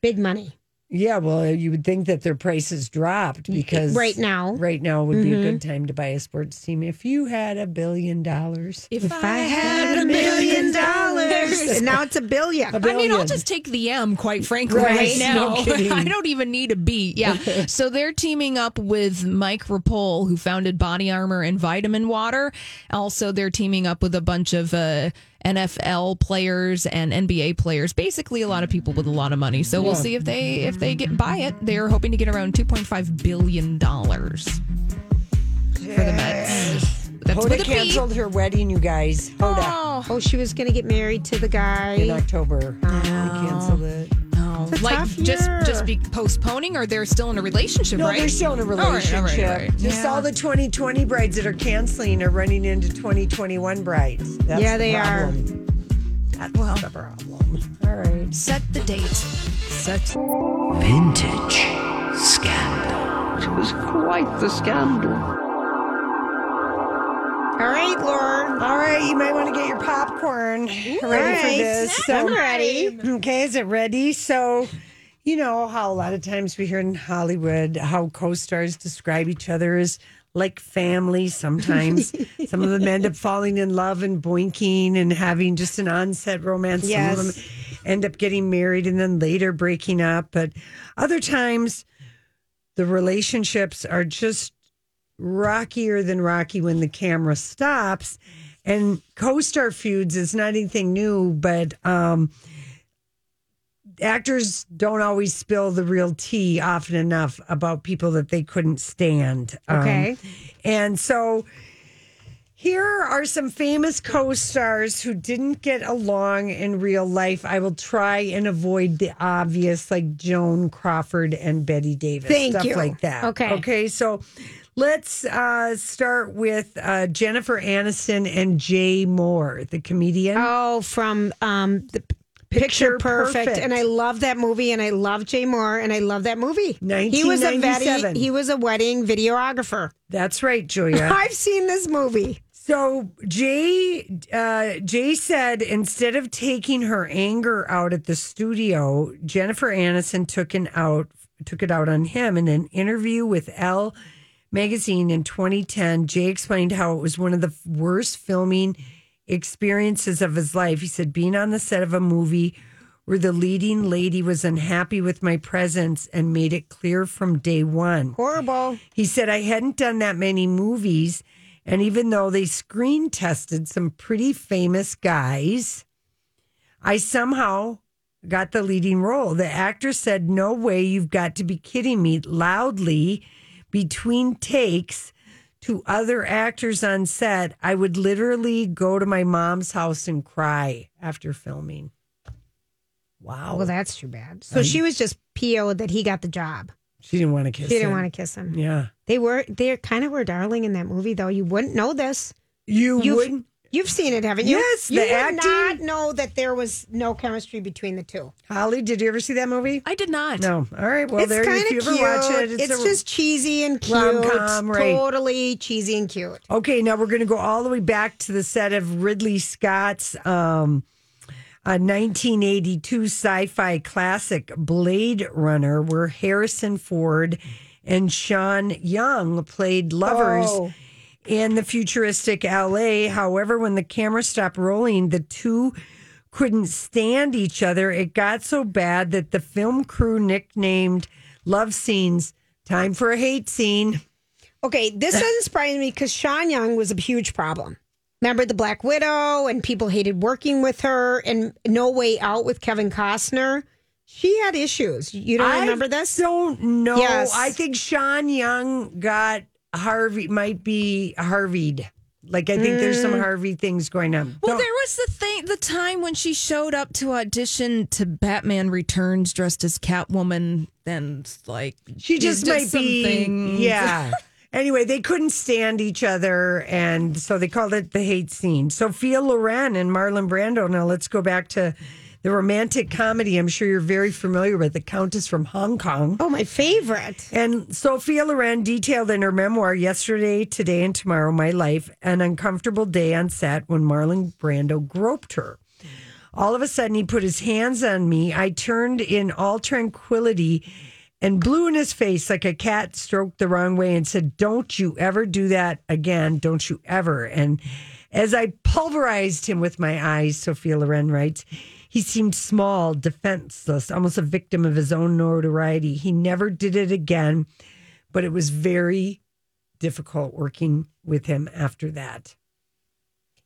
Speaker 3: big money.
Speaker 2: yeah. Well, you would think that their prices dropped because
Speaker 3: Right now. Mm-hmm.
Speaker 2: right now would be a good time to buy a sports team if you had a billion dollars.
Speaker 1: If, I,
Speaker 2: had a million dollars.
Speaker 3: and *laughs* now it's a billion.
Speaker 2: A
Speaker 1: I mean, I'll
Speaker 2: billion.
Speaker 1: just take the M, quite frankly,
Speaker 2: Right.
Speaker 1: right,
Speaker 2: No
Speaker 1: now. *laughs*
Speaker 2: kidding.
Speaker 1: I don't even need a B.
Speaker 2: *laughs*
Speaker 1: Yeah. so they're teaming up with Mike Rapole, who founded Body Armor and Vitamin Water. Also, they're teaming up with a bunch of uh, NFL players and NBA players. Basically, a lot of people with a lot of money. So we'll see if they if they get buy it. They're hoping to get around two point five billion dollars for the Mets. That's
Speaker 2: Hoda
Speaker 1: with a B.
Speaker 2: canceled her wedding, you guys. Hoda
Speaker 1: Oh,
Speaker 3: oh, she was going to get married to the
Speaker 2: in
Speaker 3: guy.
Speaker 2: October. They canceled it.
Speaker 1: no.
Speaker 3: It's a
Speaker 1: like
Speaker 3: tough
Speaker 1: just
Speaker 3: year.
Speaker 1: just be postponing, or they're still in a relationship,
Speaker 2: No,
Speaker 1: right?
Speaker 2: they're still in a
Speaker 1: All right, all right,
Speaker 2: relationship.
Speaker 1: all right.
Speaker 2: Just all the 2020 brides that are canceling are running into 2021 brides. That's
Speaker 3: Yeah,
Speaker 2: the
Speaker 3: they are.
Speaker 2: problem. That's the problem. All right.
Speaker 1: Set the date. Set.
Speaker 9: Vintage scandal. It was quite the scandal.
Speaker 3: All right, Laura.
Speaker 2: All right, you might want to get your popcorn ready
Speaker 3: All
Speaker 2: for
Speaker 3: right.
Speaker 2: this.
Speaker 3: I'm ready.
Speaker 2: Okay, is it ready? So, you know how a lot of times we hear in Hollywood how co stars describe each other as like family
Speaker 3: *laughs*
Speaker 2: sometimes. Some of them end up falling in love and boinking and having just an onset romance. Some of
Speaker 3: Yes.
Speaker 2: them end up getting married and then later breaking up. But other times, the relationships are just rockier than rocky when the camera stops. And co-star feuds is not anything new, but um, actors don't always spill the real tea often enough about people that they couldn't stand. Um,
Speaker 3: Okay.
Speaker 2: and so here are some famous co stars who didn't get along in real life. I will try and avoid the obvious, like Joan Crawford and Betty Davis,
Speaker 3: Thank
Speaker 2: stuff
Speaker 3: you.
Speaker 2: like that.
Speaker 3: Okay.
Speaker 2: Okay. So let's uh, start with uh, Jennifer Aniston and Jay Moore, the comedian.
Speaker 3: Oh, from um, the P- Picture,
Speaker 2: Picture
Speaker 3: Perfect.
Speaker 2: Perfect.
Speaker 3: and I love that movie, and I love Jay Moore, and I love that movie. He was a
Speaker 2: 1997.
Speaker 3: wedding. He was a wedding videographer.
Speaker 2: That's right, Julia.
Speaker 3: I've seen this movie.
Speaker 2: So Jay, uh, Jay said instead of taking her anger out at the studio, Jennifer Aniston took an out took it out on him in an interview with Elle magazine in 2010. Jay explained how it was one of the worst filming experiences of his life. He said being on the set of a movie where the leading lady was unhappy with my presence and made it clear from day one.
Speaker 3: Horrible.
Speaker 2: He said, I hadn't done that many movies. And even though they screen tested some pretty famous guys, I somehow got the leading role. The actor said, No way, you've got to be kidding me, loudly between takes to other actors on set. I would literally go to my mom's house and cry after filming. Wow.
Speaker 3: Oh, Well, that's too bad. So she was just PO'd that he got the job.
Speaker 2: she didn't want to kiss
Speaker 3: She didn't
Speaker 2: him.
Speaker 3: want to kiss him.
Speaker 2: Yeah.
Speaker 3: They were they kind of were darling in that movie though. You wouldn't know this.
Speaker 2: You
Speaker 3: You've-
Speaker 2: wouldn't.
Speaker 3: You've seen it, haven't you?
Speaker 2: Yes,
Speaker 3: you
Speaker 2: the
Speaker 3: did
Speaker 2: acting-
Speaker 3: not know that there was no chemistry between the two.
Speaker 2: Holly, did you ever see that movie?
Speaker 1: I did not.
Speaker 2: No. All right. Well,
Speaker 3: it's
Speaker 2: there.
Speaker 3: kind
Speaker 2: If
Speaker 3: of
Speaker 2: you
Speaker 3: cute.
Speaker 2: ever watch it,
Speaker 3: it's
Speaker 2: a-
Speaker 3: just cheesy and cute.
Speaker 2: Rom-com, right.
Speaker 3: Totally cheesy and cute.
Speaker 2: Okay, now we're going to go all the way back to the set of Ridley Scott's um, a 1982 sci-fi classic Blade Runner, where Harrison Ford and Sean Young played lovers
Speaker 3: Oh.
Speaker 2: in the futuristic LA. However, when the camera stopped rolling, the two couldn't stand each other. It got so bad that the film crew nicknamed love scenes "Time for a Hate Scene."
Speaker 3: Okay,
Speaker 2: *laughs*
Speaker 3: this doesn't surprise me because Sean Young was a huge problem. Remember the Black Widow, and people hated working with her, and No Way Out with Kevin Costner. She had issues. You don't remember this?
Speaker 2: I don't know.
Speaker 3: Yes.
Speaker 2: I think Sean Young got Harvey, might be Harveyed. Like, I think there's
Speaker 3: Mm.
Speaker 2: some Harvey things going on.
Speaker 1: Well,
Speaker 2: Don't-
Speaker 1: there was the thing, the time when she showed up to audition to Batman Returns dressed as Catwoman, and like
Speaker 2: she just
Speaker 1: did
Speaker 2: might
Speaker 1: some
Speaker 2: be.
Speaker 1: things. *laughs*
Speaker 2: Yeah. *laughs* anyway, they couldn't stand each other. And so they called it the hate scene. Sophia Loren and Marlon Brando. Now, let's go back to the romantic comedy. I'm sure you're very familiar with The Countess from Hong Kong.
Speaker 3: Oh, my favorite.
Speaker 2: And Sophia Loren detailed in her memoir, Yesterday, Today, and Tomorrow My Life, an uncomfortable day on set when Marlon Brando groped her. All of a sudden, he put his hands on me. I turned in all tranquility and blew in his face like a cat stroked the wrong way and said, Don't you ever do that again. Don't you ever. And as I pulverized him with my eyes, Sophia Loren writes, he seemed small, defenseless, almost a victim of his own notoriety. He never did it again, but it was very difficult working with him after that.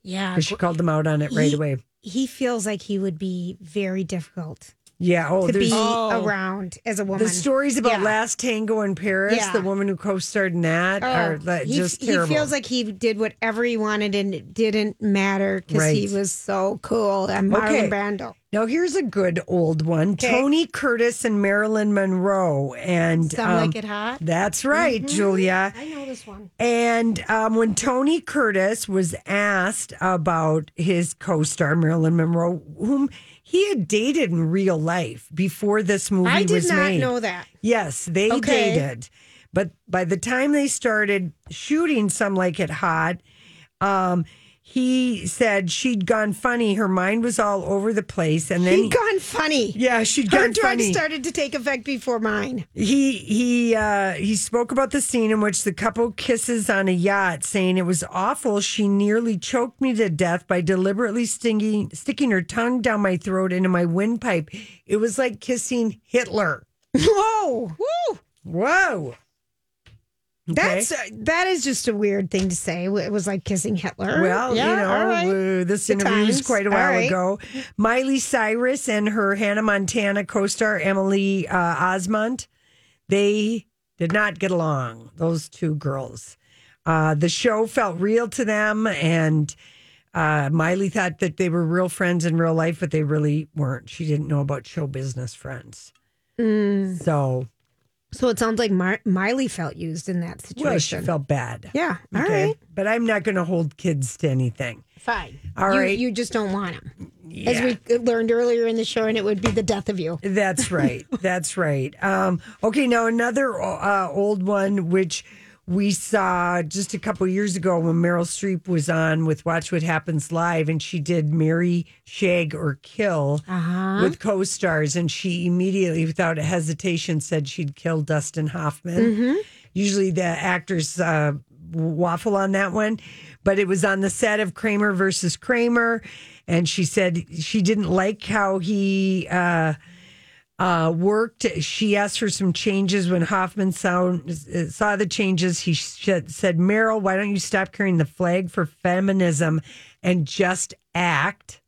Speaker 3: Yeah,
Speaker 2: 'Cause she called him out on it right
Speaker 3: He-
Speaker 2: away.
Speaker 3: he feels like he would be very difficult
Speaker 2: Yeah. Oh,
Speaker 3: to
Speaker 2: there's
Speaker 3: be
Speaker 1: Oh.
Speaker 3: around as a woman.
Speaker 2: the stories about
Speaker 3: Yeah.
Speaker 2: Last Tango in Paris,
Speaker 3: Yeah.
Speaker 2: the woman who co-starred in that,
Speaker 3: Oh,
Speaker 2: are like,
Speaker 3: he,
Speaker 2: just
Speaker 3: he
Speaker 2: terrible.
Speaker 3: feels like he did whatever he wanted and it didn't matter because he
Speaker 2: Right.
Speaker 3: was so cool. And Marlon
Speaker 2: Okay.
Speaker 3: Brando.
Speaker 2: Now here's a good old one:
Speaker 3: Okay.
Speaker 2: Tony Curtis and Marilyn Monroe, and
Speaker 3: Some
Speaker 2: um,
Speaker 3: like Mm-hmm. it hot.
Speaker 2: that's right, Julia.
Speaker 3: I know this one.
Speaker 2: And um, when Tony Curtis was asked about his co-star Marilyn Monroe, whom he had dated in real life before this movie
Speaker 3: I did
Speaker 2: was
Speaker 3: not
Speaker 2: made,
Speaker 3: know that.
Speaker 2: Yes, they
Speaker 3: Okay.
Speaker 2: dated. But by the time they started shooting Some Like It Hot, um, he said she'd gone funny. Her mind was all over the place. And then,
Speaker 3: He'd gone funny.
Speaker 2: yeah, she'd
Speaker 3: Her
Speaker 2: gone
Speaker 3: drugs
Speaker 2: funny.
Speaker 3: started to take effect
Speaker 2: *laughs*
Speaker 3: before mine.
Speaker 2: He he uh, he spoke about the scene in which the couple kisses on a yacht, saying it was awful. She nearly choked me to death by deliberately stinging, sticking her tongue down my throat into my windpipe. It was like kissing Hitler.
Speaker 3: Whoa. Woo.
Speaker 2: Whoa.
Speaker 3: That's uh, that is just a weird thing to say. It was like kissing Hitler.
Speaker 2: Well,
Speaker 3: Yeah,
Speaker 2: you know,
Speaker 3: all right.
Speaker 2: uh, this
Speaker 3: Good
Speaker 2: interview was
Speaker 3: times.
Speaker 2: quite a
Speaker 3: All
Speaker 2: while
Speaker 3: right.
Speaker 2: ago. Miley Cyrus and her Hannah Montana co star Emily uh, Osmond, they did not get along, those two girls. Uh, the show felt real to them, and uh, Miley thought that they were real friends in real life, but they really weren't. She didn't know about show business friends.
Speaker 3: Mm.
Speaker 2: So,
Speaker 3: So it sounds like Mar- Miley felt used in that
Speaker 2: well, she
Speaker 3: situation.
Speaker 2: felt bad.
Speaker 3: yeah. All right.
Speaker 2: But I'm not going to hold kids to anything.
Speaker 3: Fine.
Speaker 2: All
Speaker 3: you,
Speaker 2: right.
Speaker 3: You just don't want him. As we learned earlier in the show, and it would be the death of you.
Speaker 2: That's right. That's right. Um, okay, now another uh, old one, which we saw just a couple years ago when Meryl Streep was on with Watch What Happens Live, and she did Marry, Shag, or Kill with co stars. And she immediately, without hesitation, said she'd kill Dustin Hoffman. Usually the actors uh, waffle on that one, but it was on the set of Kramer versus Kramer. And she said she didn't like how he. Uh, uh, worked. She asked for some changes when Hoffman saw, saw the changes. He said, said, Meryl, why don't you stop carrying the flag for feminism and just act?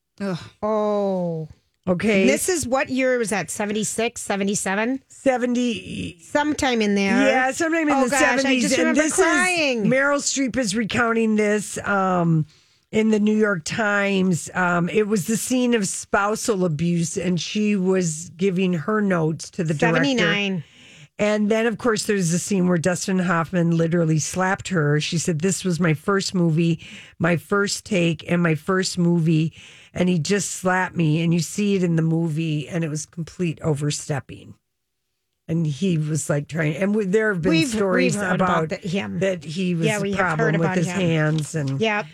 Speaker 3: Oh.
Speaker 2: Okay.
Speaker 3: This is what year was that? 76, 77?
Speaker 2: 70.
Speaker 3: Sometime in there.
Speaker 2: Yeah, sometime in
Speaker 3: Oh,
Speaker 2: the
Speaker 3: gosh,
Speaker 2: 70s.
Speaker 3: I just
Speaker 2: and
Speaker 3: remember
Speaker 2: this
Speaker 3: crying.
Speaker 2: is Meryl Streep is recounting this um, in the New York Times. Um, it was the scene of spousal abuse, and she was giving her notes to the director.
Speaker 3: 79.
Speaker 2: And then, of course, there's the scene where Dustin Hoffman literally slapped her. She said, This was my first movie, my first take, and my first movie. And he just slapped me. And you see it in the movie, and it was complete overstepping. And he was like trying, and we- there have been
Speaker 3: We've-
Speaker 2: stories
Speaker 3: we've heard
Speaker 2: about,
Speaker 3: about the- him.
Speaker 2: that he was
Speaker 3: Yeah, we
Speaker 2: a
Speaker 3: have heard
Speaker 2: problem with
Speaker 3: about
Speaker 2: his
Speaker 3: him.
Speaker 2: hands and
Speaker 3: Yeah.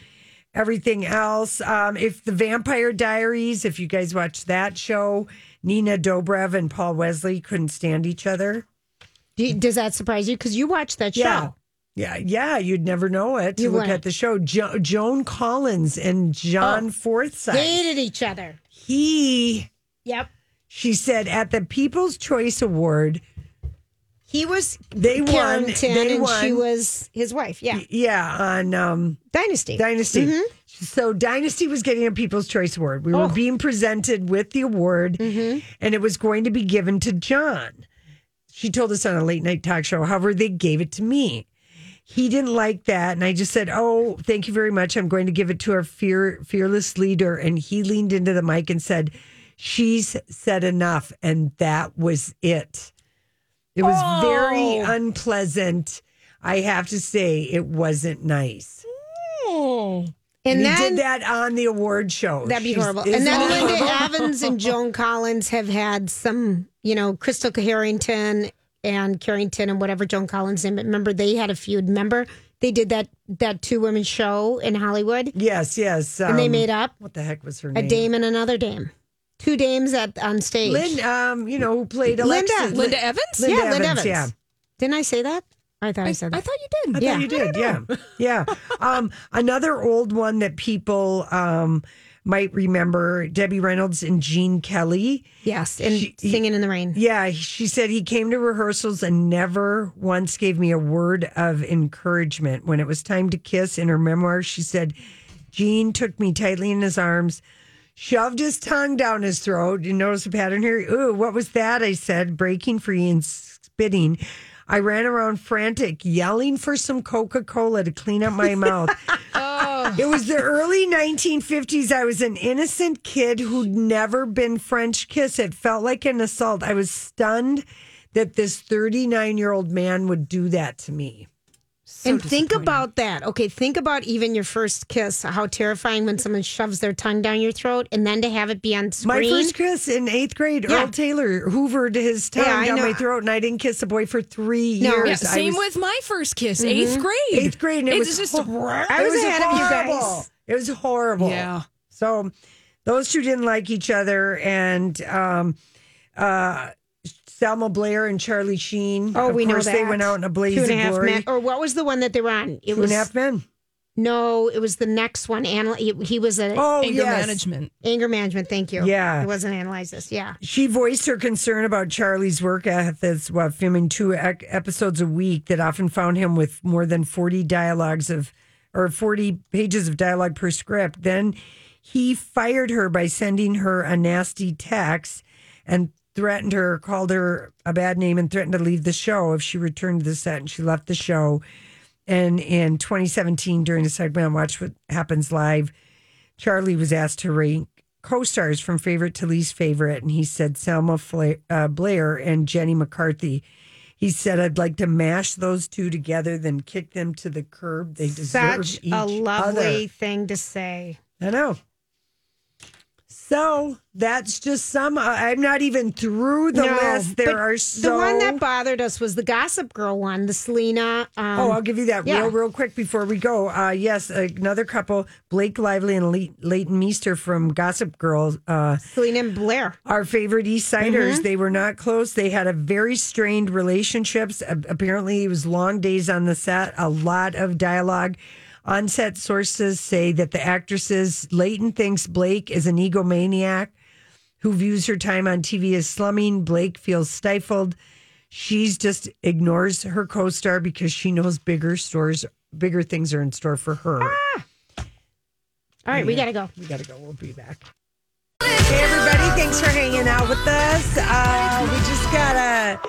Speaker 2: everything else. Um, if the Vampire Diaries, if you guys watch that show, Nina Dobrev and Paul Wesley couldn't stand each other.
Speaker 3: Do you- does that surprise you? Because you watched that show.
Speaker 2: Yeah. Yeah, yeah, you'd never know it.
Speaker 3: You
Speaker 2: Look at
Speaker 3: wouldn't. Oh.
Speaker 2: the show. Jo- Joan Collins and John Forsythe.
Speaker 3: They hated each other.
Speaker 2: he,
Speaker 3: Yep.
Speaker 2: she said, at the People's Choice Award,
Speaker 3: He was
Speaker 2: They won.
Speaker 3: Carrington
Speaker 2: They
Speaker 3: and she
Speaker 2: won.
Speaker 3: was his wife. Yeah.
Speaker 2: yeah, on um,
Speaker 3: Dynasty.
Speaker 2: Dynasty. So Dynasty was getting a People's Choice Award. We were being presented with the award, and it was going to be given to John. She told us on a late night talk show. However, they gave it to me. He didn't like that, and I just said, "Oh, thank you very much. I'm going to give it to our fear, fearless leader." And he leaned into the mic and said, "She's said enough," and that was it. It was very unpleasant. I have to say, it wasn't nice.
Speaker 3: Mm-hmm. and
Speaker 2: And he
Speaker 3: then
Speaker 2: did that on the award show.
Speaker 3: that'd be
Speaker 2: She's-
Speaker 3: horrible.
Speaker 2: isn't
Speaker 3: And then
Speaker 2: that
Speaker 3: Linda
Speaker 2: horrible?
Speaker 3: Evans and Joan Collins have had some, you know, Crystal Harrington and Carrington and whatever Joan Collins name. Remember they had a feud. Remember they did that that two women show in Hollywood
Speaker 2: Yes, yes.
Speaker 3: and they
Speaker 2: um,
Speaker 3: made up
Speaker 2: what the heck was her
Speaker 3: a
Speaker 2: name?
Speaker 3: dame and another dame, two dames at on stage.
Speaker 2: Lynn, um, you know, who played
Speaker 3: Linda.
Speaker 2: Alexis.
Speaker 1: Linda Evans?
Speaker 2: Linda
Speaker 3: yeah, Lynn
Speaker 2: Evans,
Speaker 3: Evans.
Speaker 2: yeah.
Speaker 3: Didn't I say that? I thought I, said that.
Speaker 1: I thought you
Speaker 2: I
Speaker 1: did.
Speaker 2: yeah. you did. Yeah. *laughs* Yeah. Um, another old one that people um, might remember Debbie Reynolds and Gene Kelly.
Speaker 3: yes, and
Speaker 2: She- he-
Speaker 3: singing in the rain.
Speaker 2: Yeah, he- she said he came to rehearsals and never once gave me a word of encouragement. When it was time to kiss in her memoir, she said, Gene took me tightly in his arms, shoved his tongue down his throat. You notice the pattern here? Ooh, what was that? I said, breaking free and spitting. I ran around frantic, yelling for some Coca Cola to clean up my mouth. It was the early 1950s. I was an innocent kid who'd never been French kissed. It felt like an assault. I was stunned that this 39 year old man would do that to me.
Speaker 3: and think about that. Okay, think about even your first kiss. How terrifying when someone shoves their tongue down your throat, and then to have it be on
Speaker 2: My
Speaker 3: screen.
Speaker 2: first kiss in eighth grade,
Speaker 3: Yeah.
Speaker 2: Earl Taylor hoovered his tongue
Speaker 3: Yeah, I
Speaker 2: down
Speaker 3: know.
Speaker 2: my throat, and I didn't kiss a boy for three
Speaker 3: No.
Speaker 2: years.
Speaker 3: Yeah,
Speaker 1: Yeah,
Speaker 2: I
Speaker 1: same
Speaker 2: was- Mm-hmm.
Speaker 1: with my first kiss, eighth grade.
Speaker 2: eighth grade, and it
Speaker 1: It's
Speaker 2: was
Speaker 1: just-
Speaker 2: hor-
Speaker 3: I
Speaker 2: it
Speaker 3: was ahead of you guys.
Speaker 2: horrible. It was horrible.
Speaker 1: Yeah.
Speaker 2: So um, those two didn't like each other, and um, uh, Selma Blair and Charlie Sheen.
Speaker 3: Oh,
Speaker 2: of
Speaker 3: we
Speaker 2: course,
Speaker 3: know that.
Speaker 2: they went out in a blaze
Speaker 3: Two and
Speaker 2: of
Speaker 3: a half
Speaker 2: glory.
Speaker 3: men, or what was the one that they were on? It
Speaker 2: Two
Speaker 3: was
Speaker 2: and a half men.
Speaker 3: no, it was the next one. Anal- he, he was an
Speaker 2: Oh,
Speaker 1: Anger
Speaker 2: yes.
Speaker 1: management.
Speaker 3: anger management. Thank you.
Speaker 2: Yeah.
Speaker 3: it wasn't analyze this. Yeah,
Speaker 2: She voiced her concern about Charlie's work ethics while filming two ec- episodes a week that often found him with more than 40 dialogues of or 40 pages of dialogue per script. Then he fired her by sending her a nasty text and threatened her, called her a bad name, and threatened to leave the show if she returned to the set. And she left the show. And in 2017, during a segment on Watch What Happens Live, Charlie was asked to rank co-stars from favorite to least favorite, and he said Selma Fla- uh, Blair and Jenny McCarthy. He said, "I'd like to mash those two together, then kick them to the curb. They deserve
Speaker 3: such
Speaker 2: each
Speaker 3: a lovely
Speaker 2: other."
Speaker 3: thing to say.
Speaker 2: I know. So that's just some. I- I'm not even through the
Speaker 3: No,
Speaker 2: list.
Speaker 3: but
Speaker 2: There are so.
Speaker 3: The one that bothered us was the Gossip Girl one, the Selena. Um,
Speaker 2: Oh, I'll give you that
Speaker 3: Yeah.
Speaker 2: real, real quick before we go. Uh, yes, another couple, Blake Lively and Le- Leighton Meester from Gossip Girl, uh,
Speaker 3: Selena and Blair.
Speaker 2: our favorite East Siders. They were not close. They had a very strained relationships. A- apparently, it was long days on the set, a lot of dialogue. On-set sources say that the actresses Leighton thinks Blake is an egomaniac who views her time on TV as slumming. Blake feels stifled. She's just ignores her co-star because she knows bigger stores, bigger things are in store for her.
Speaker 3: All right, we gotta go.
Speaker 2: We gotta go. We'll be back. Hey everybody! Thanks for hanging out with us. Uh, we just gotta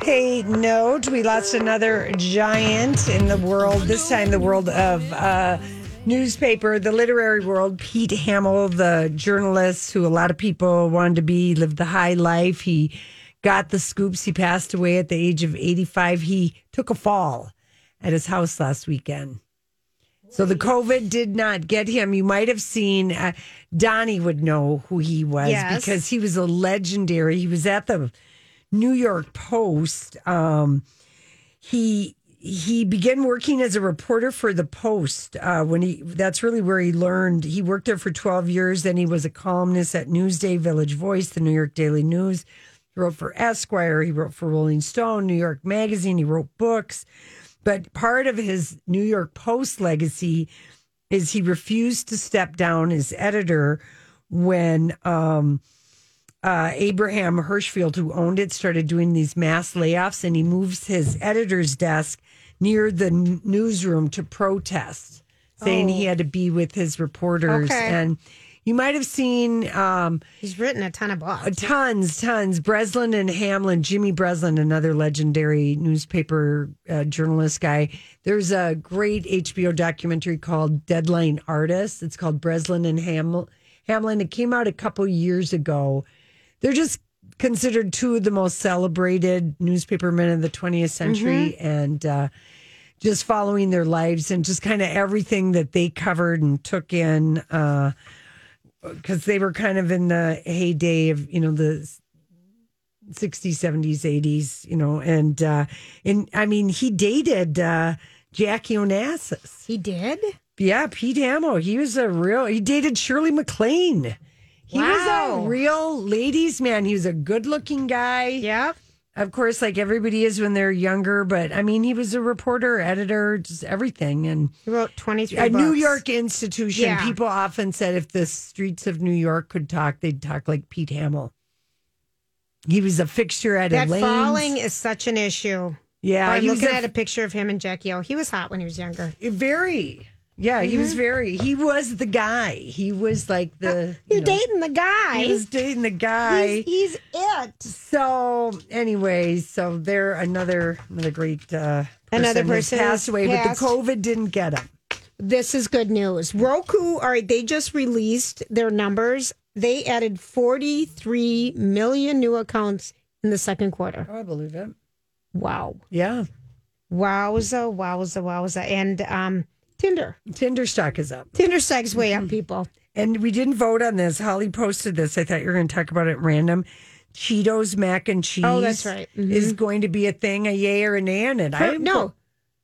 Speaker 2: pay note. We lost another giant in the world. This time, the world of uh, newspaper, the literary world. Pete Hamill, the journalist who a lot of people wanted to be, lived the high life. He got the scoops. He passed away at the age of 85. He took a fall at his house last weekend. So the COVID did not get him. You might have seen uh, Donnie would know who he was
Speaker 3: Yes.
Speaker 2: because he was a legendary. He was at the New York Post. Um, he he began working as a reporter for the Post uh, when he. That's really where he learned. He worked there for twelve years. Then he was a columnist at Newsday, Village Voice, the New York Daily News. He wrote for Esquire. He wrote for Rolling Stone, New York Magazine. He wrote books. But part of his New York Post legacy is he refused to step down as editor when um, uh, Abraham Hirschfield, who owned it, started doing these mass layoffs, and he moves his editor's desk near the n- newsroom to protest, saying he had to be with his reporters.
Speaker 3: Okay.
Speaker 2: And you might have seen. Um,
Speaker 3: He's written a ton of books.
Speaker 2: Tons, tons. Breslin and Hamlin, Jimmy Breslin, another legendary newspaper uh, journalist guy. There's a great HBO documentary called Deadline Artists. It's called Breslin and Haml- Hamlin. It came out a couple years ago. They're just considered two of the most celebrated newspaper men of the 20th century. And, uh, just following their lives and just kind of everything that they covered and took in uh because they were kind of in the heyday of you know the 60s 70s 80s you know and uh and i mean he dated uh jackie onassis
Speaker 3: He did?
Speaker 2: yeah pete hamill he was a real he dated shirley MacLaine. he was
Speaker 3: Wow.
Speaker 2: a real ladies man he was a good looking guy
Speaker 3: Yep.
Speaker 2: of course, like everybody is when they're younger, but I mean, he was a reporter, editor, just everything. And
Speaker 3: He wrote 23
Speaker 2: a New
Speaker 3: books.
Speaker 2: York institution,
Speaker 3: Yeah.
Speaker 2: people often said if the streets of New York could talk, they'd talk like Pete Hamill. He was a fixture at
Speaker 3: That
Speaker 2: Elaine's.
Speaker 3: falling is such an issue.
Speaker 2: Yeah,
Speaker 3: I'm
Speaker 2: he was
Speaker 3: looking
Speaker 2: a-
Speaker 3: at a picture of him and Jackie O. He was hot when he was younger.
Speaker 2: very. Yeah, he
Speaker 3: Mm-hmm.
Speaker 2: was very. He was the guy. He was like the.
Speaker 3: You're
Speaker 2: know,
Speaker 3: dating the guy.
Speaker 2: He was dating the guy.
Speaker 3: he's, he's it.
Speaker 2: So, anyways, so they're another another great uh, person
Speaker 3: Another
Speaker 2: has
Speaker 3: person
Speaker 2: passed away,
Speaker 3: passed.
Speaker 2: but the COVID didn't get him.
Speaker 3: This is good news. Roku, all right, they just released their numbers. They added 43 million new accounts in the second quarter.
Speaker 2: Oh, I believe it.
Speaker 3: Wow.
Speaker 2: Yeah,
Speaker 3: Wowza, wowza, wowza. And um, Tinder.
Speaker 2: Tinder stock is up,
Speaker 3: Tinder segs way up, people.
Speaker 2: and we didn't vote on this. Holly posted this. I thought you were going to talk about it at random. Cheetos mac and cheese.
Speaker 3: Oh, that's right. Mhm.
Speaker 2: Is going to be a thing, a yay or a nay on it.
Speaker 3: Or- no.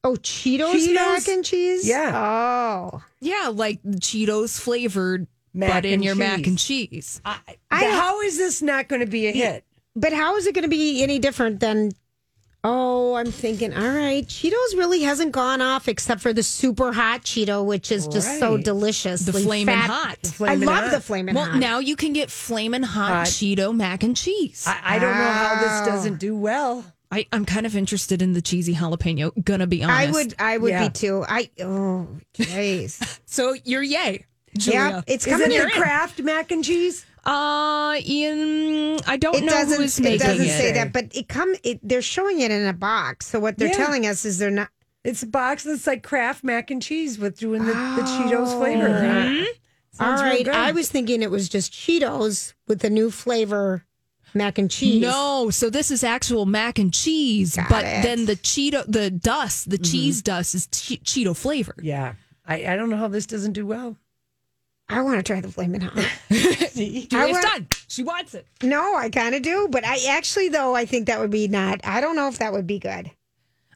Speaker 3: Oh, Cheetos,
Speaker 2: Cheetos?
Speaker 3: mac and cheese?
Speaker 2: Yeah.
Speaker 3: Oh.
Speaker 1: Yeah, like Cheetos flavored,
Speaker 2: Mac
Speaker 1: but in
Speaker 2: and
Speaker 1: your mac
Speaker 2: cheese.
Speaker 1: and cheese.
Speaker 2: I, how is this not going to be a hit?
Speaker 3: But how is it going to be any different than? Oh, I'm thinking. All right, Cheetos really hasn't gone off except for the super hot Cheeto, which is just so
Speaker 2: Right.
Speaker 3: delicious.
Speaker 1: The flamin' hot. The
Speaker 2: flamin'
Speaker 3: I love
Speaker 2: hot.
Speaker 3: the flamin'
Speaker 1: Well,
Speaker 3: hot.
Speaker 1: now you can get flamin' hot
Speaker 2: Hot.
Speaker 1: Cheeto mac and cheese. I,
Speaker 2: I, I don't know how this
Speaker 3: Wow.
Speaker 2: doesn't do well.
Speaker 1: I, am kind of interested in the cheesy jalapeno. Gonna be honest.
Speaker 3: I would, I would
Speaker 2: Yeah.
Speaker 3: be too. I oh, jeez.
Speaker 1: So you're yay.
Speaker 3: yeah,
Speaker 1: *laughs* Julia.
Speaker 3: it's
Speaker 2: Is
Speaker 3: coming
Speaker 2: it
Speaker 3: in.
Speaker 2: the Kraft mac and cheese?
Speaker 1: Uh, Ian, I don't
Speaker 3: It
Speaker 1: know
Speaker 3: doesn't.
Speaker 1: who is
Speaker 3: It
Speaker 1: making
Speaker 3: doesn't
Speaker 1: it.
Speaker 3: say that, but it come. It, they're showing it in a box. So what they're
Speaker 2: Yeah.
Speaker 3: telling us is they're not.
Speaker 2: It's a box that's like Kraft mac and cheese with doing the, the Cheetos flavor.
Speaker 3: All
Speaker 2: real
Speaker 3: right,
Speaker 2: good.
Speaker 3: I was thinking it was just Cheetos with a new flavor, mac and cheese.
Speaker 1: No, so this is actual mac and cheese,
Speaker 3: Got
Speaker 1: but
Speaker 3: it. Mm-hmm.
Speaker 1: then the Cheeto, the dust, the cheese dust is che- Cheeto flavored.
Speaker 2: Yeah. I, I don't know how this doesn't do well.
Speaker 3: I want to try the
Speaker 2: *laughs*
Speaker 3: flamin' hot.
Speaker 1: Julia's
Speaker 3: want-
Speaker 1: done. She wants it.
Speaker 3: No, I kind of do, but I actually though I think that would be not. I don't know if that would be good.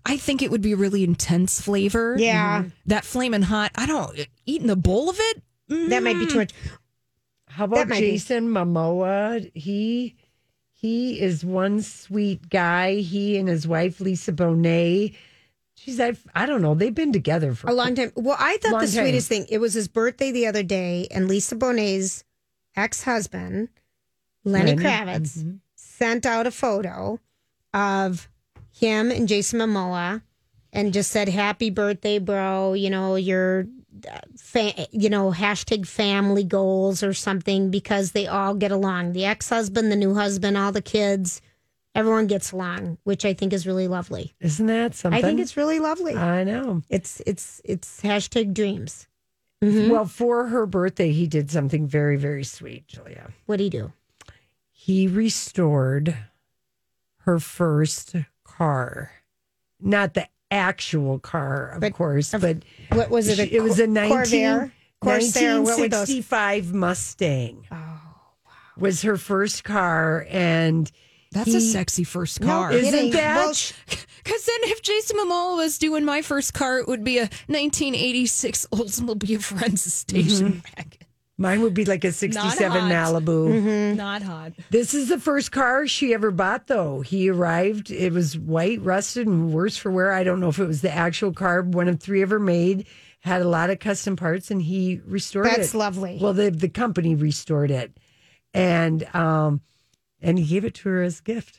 Speaker 1: I think it would be really intense flavor.
Speaker 3: Yeah,
Speaker 1: Mm-hmm. That flaming hot. I don't eating a bowl of it. Mm,
Speaker 3: that might be too much.
Speaker 2: How
Speaker 3: That
Speaker 2: about
Speaker 3: might be-
Speaker 2: Jason Momoa? He he is one sweet guy. He and his wife Lisa Bonet. She's I I don't know. They've been together for
Speaker 3: A long time. Well, I thought
Speaker 2: Long
Speaker 3: the
Speaker 2: time.
Speaker 3: sweetest thing. It was his birthday the other day, and Lisa Bonet's ex-husband, Lenny,
Speaker 2: Lenny,
Speaker 3: Kravitz, Mm-hmm. sent out a photo of him and Jason Momoa, and just said "Happy birthday, bro." You know your. uh, Fa- you know, hashtag family goals or something because they all get along. The ex husband, the new husband, all the kids, everyone gets along, which I think is really lovely.
Speaker 2: Isn't that something? Uh,
Speaker 3: I think it's really lovely.
Speaker 2: I know.
Speaker 3: It's it's it's hashtag dreams. Mm-hmm.
Speaker 2: Well, for her birthday, he did something very very sweet, Julia.
Speaker 3: What do you do?
Speaker 2: He restored her first car. Not the actual car, of
Speaker 3: But-
Speaker 2: course,
Speaker 3: of-
Speaker 2: but
Speaker 3: What was it? A
Speaker 2: it was a 19,
Speaker 3: Corvair? Corsair? What were those?
Speaker 2: 1965 Mustang. Oh, wow. Was her first car. And
Speaker 1: That's a
Speaker 2: He-
Speaker 1: sexy first
Speaker 3: No,
Speaker 1: car.
Speaker 3: it
Speaker 2: isn't
Speaker 3: ain't.
Speaker 2: that?
Speaker 3: Well, sh-
Speaker 1: Because then, if Jason Momoa was doing my first car, it would be a 1986 Oldsmobile *laughs* Friends station
Speaker 10: Mm-hmm.
Speaker 1: wagon.
Speaker 2: mine would be like a 67
Speaker 1: hot.
Speaker 2: Malibu.
Speaker 3: Mm-hmm.
Speaker 1: Not hot.
Speaker 2: This is the first car she ever bought, though. He arrived. It was white, rusted, and worse for wear. I don't know if it was the actual car, one of three ever made, had a lot of custom parts, and he restored it.
Speaker 3: That's lovely.
Speaker 2: Well, the, the company restored it. And um, and he gave it to her as a gift.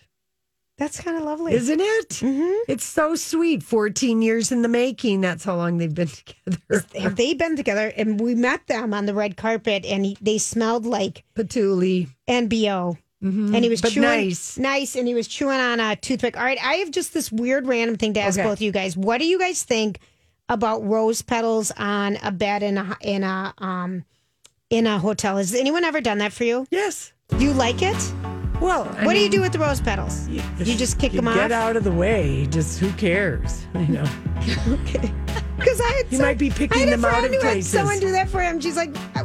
Speaker 3: That's kind of lovely.
Speaker 2: Isn't it? Mm-hmm. It's so sweet. 14 years in the making. That's how long they've been *laughs* together.
Speaker 3: Have they been together? And we met them on the red carpet, and he, they smelled like
Speaker 2: Patchouli.
Speaker 3: NBO. And he was
Speaker 2: Mm-hmm. But
Speaker 3: chewing
Speaker 2: nice.
Speaker 3: nice, and he was chewing on a toothpick. All right, I have just this weird random thing to ask
Speaker 2: Okay.
Speaker 3: both of you guys. What do you guys think about rose petals on a bed in a in a um in a hotel? Has anyone ever done that for you?
Speaker 2: Yes.
Speaker 3: You like it?
Speaker 2: Well,
Speaker 3: what do you do with the rose petals? You, just kick
Speaker 2: you
Speaker 3: them
Speaker 2: Get
Speaker 3: off
Speaker 2: out of the way. Just who cares? *laughs* You know.
Speaker 3: because I had
Speaker 2: You
Speaker 3: some-
Speaker 2: might be
Speaker 3: I
Speaker 2: picking
Speaker 3: had a
Speaker 2: them out
Speaker 3: friend
Speaker 2: of
Speaker 3: who had
Speaker 2: places.
Speaker 3: Someone do that for him. She's like, I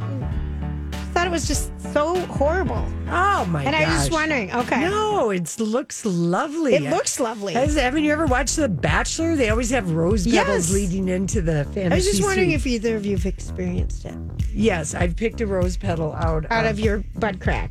Speaker 3: thought it was just so horrible,
Speaker 2: oh my
Speaker 3: and
Speaker 2: gosh.
Speaker 3: I was just wondering. Okay,
Speaker 2: No, it looks lovely.
Speaker 3: it looks lovely.
Speaker 2: Has, haven't you ever watched The Bachelor? They always have rose petals
Speaker 3: Yes.
Speaker 2: leading into the fantasy.
Speaker 3: I was just wondering
Speaker 2: suite.
Speaker 3: if either of you have experienced it
Speaker 2: yes, I've picked a rose petal out
Speaker 3: out of your butt crack.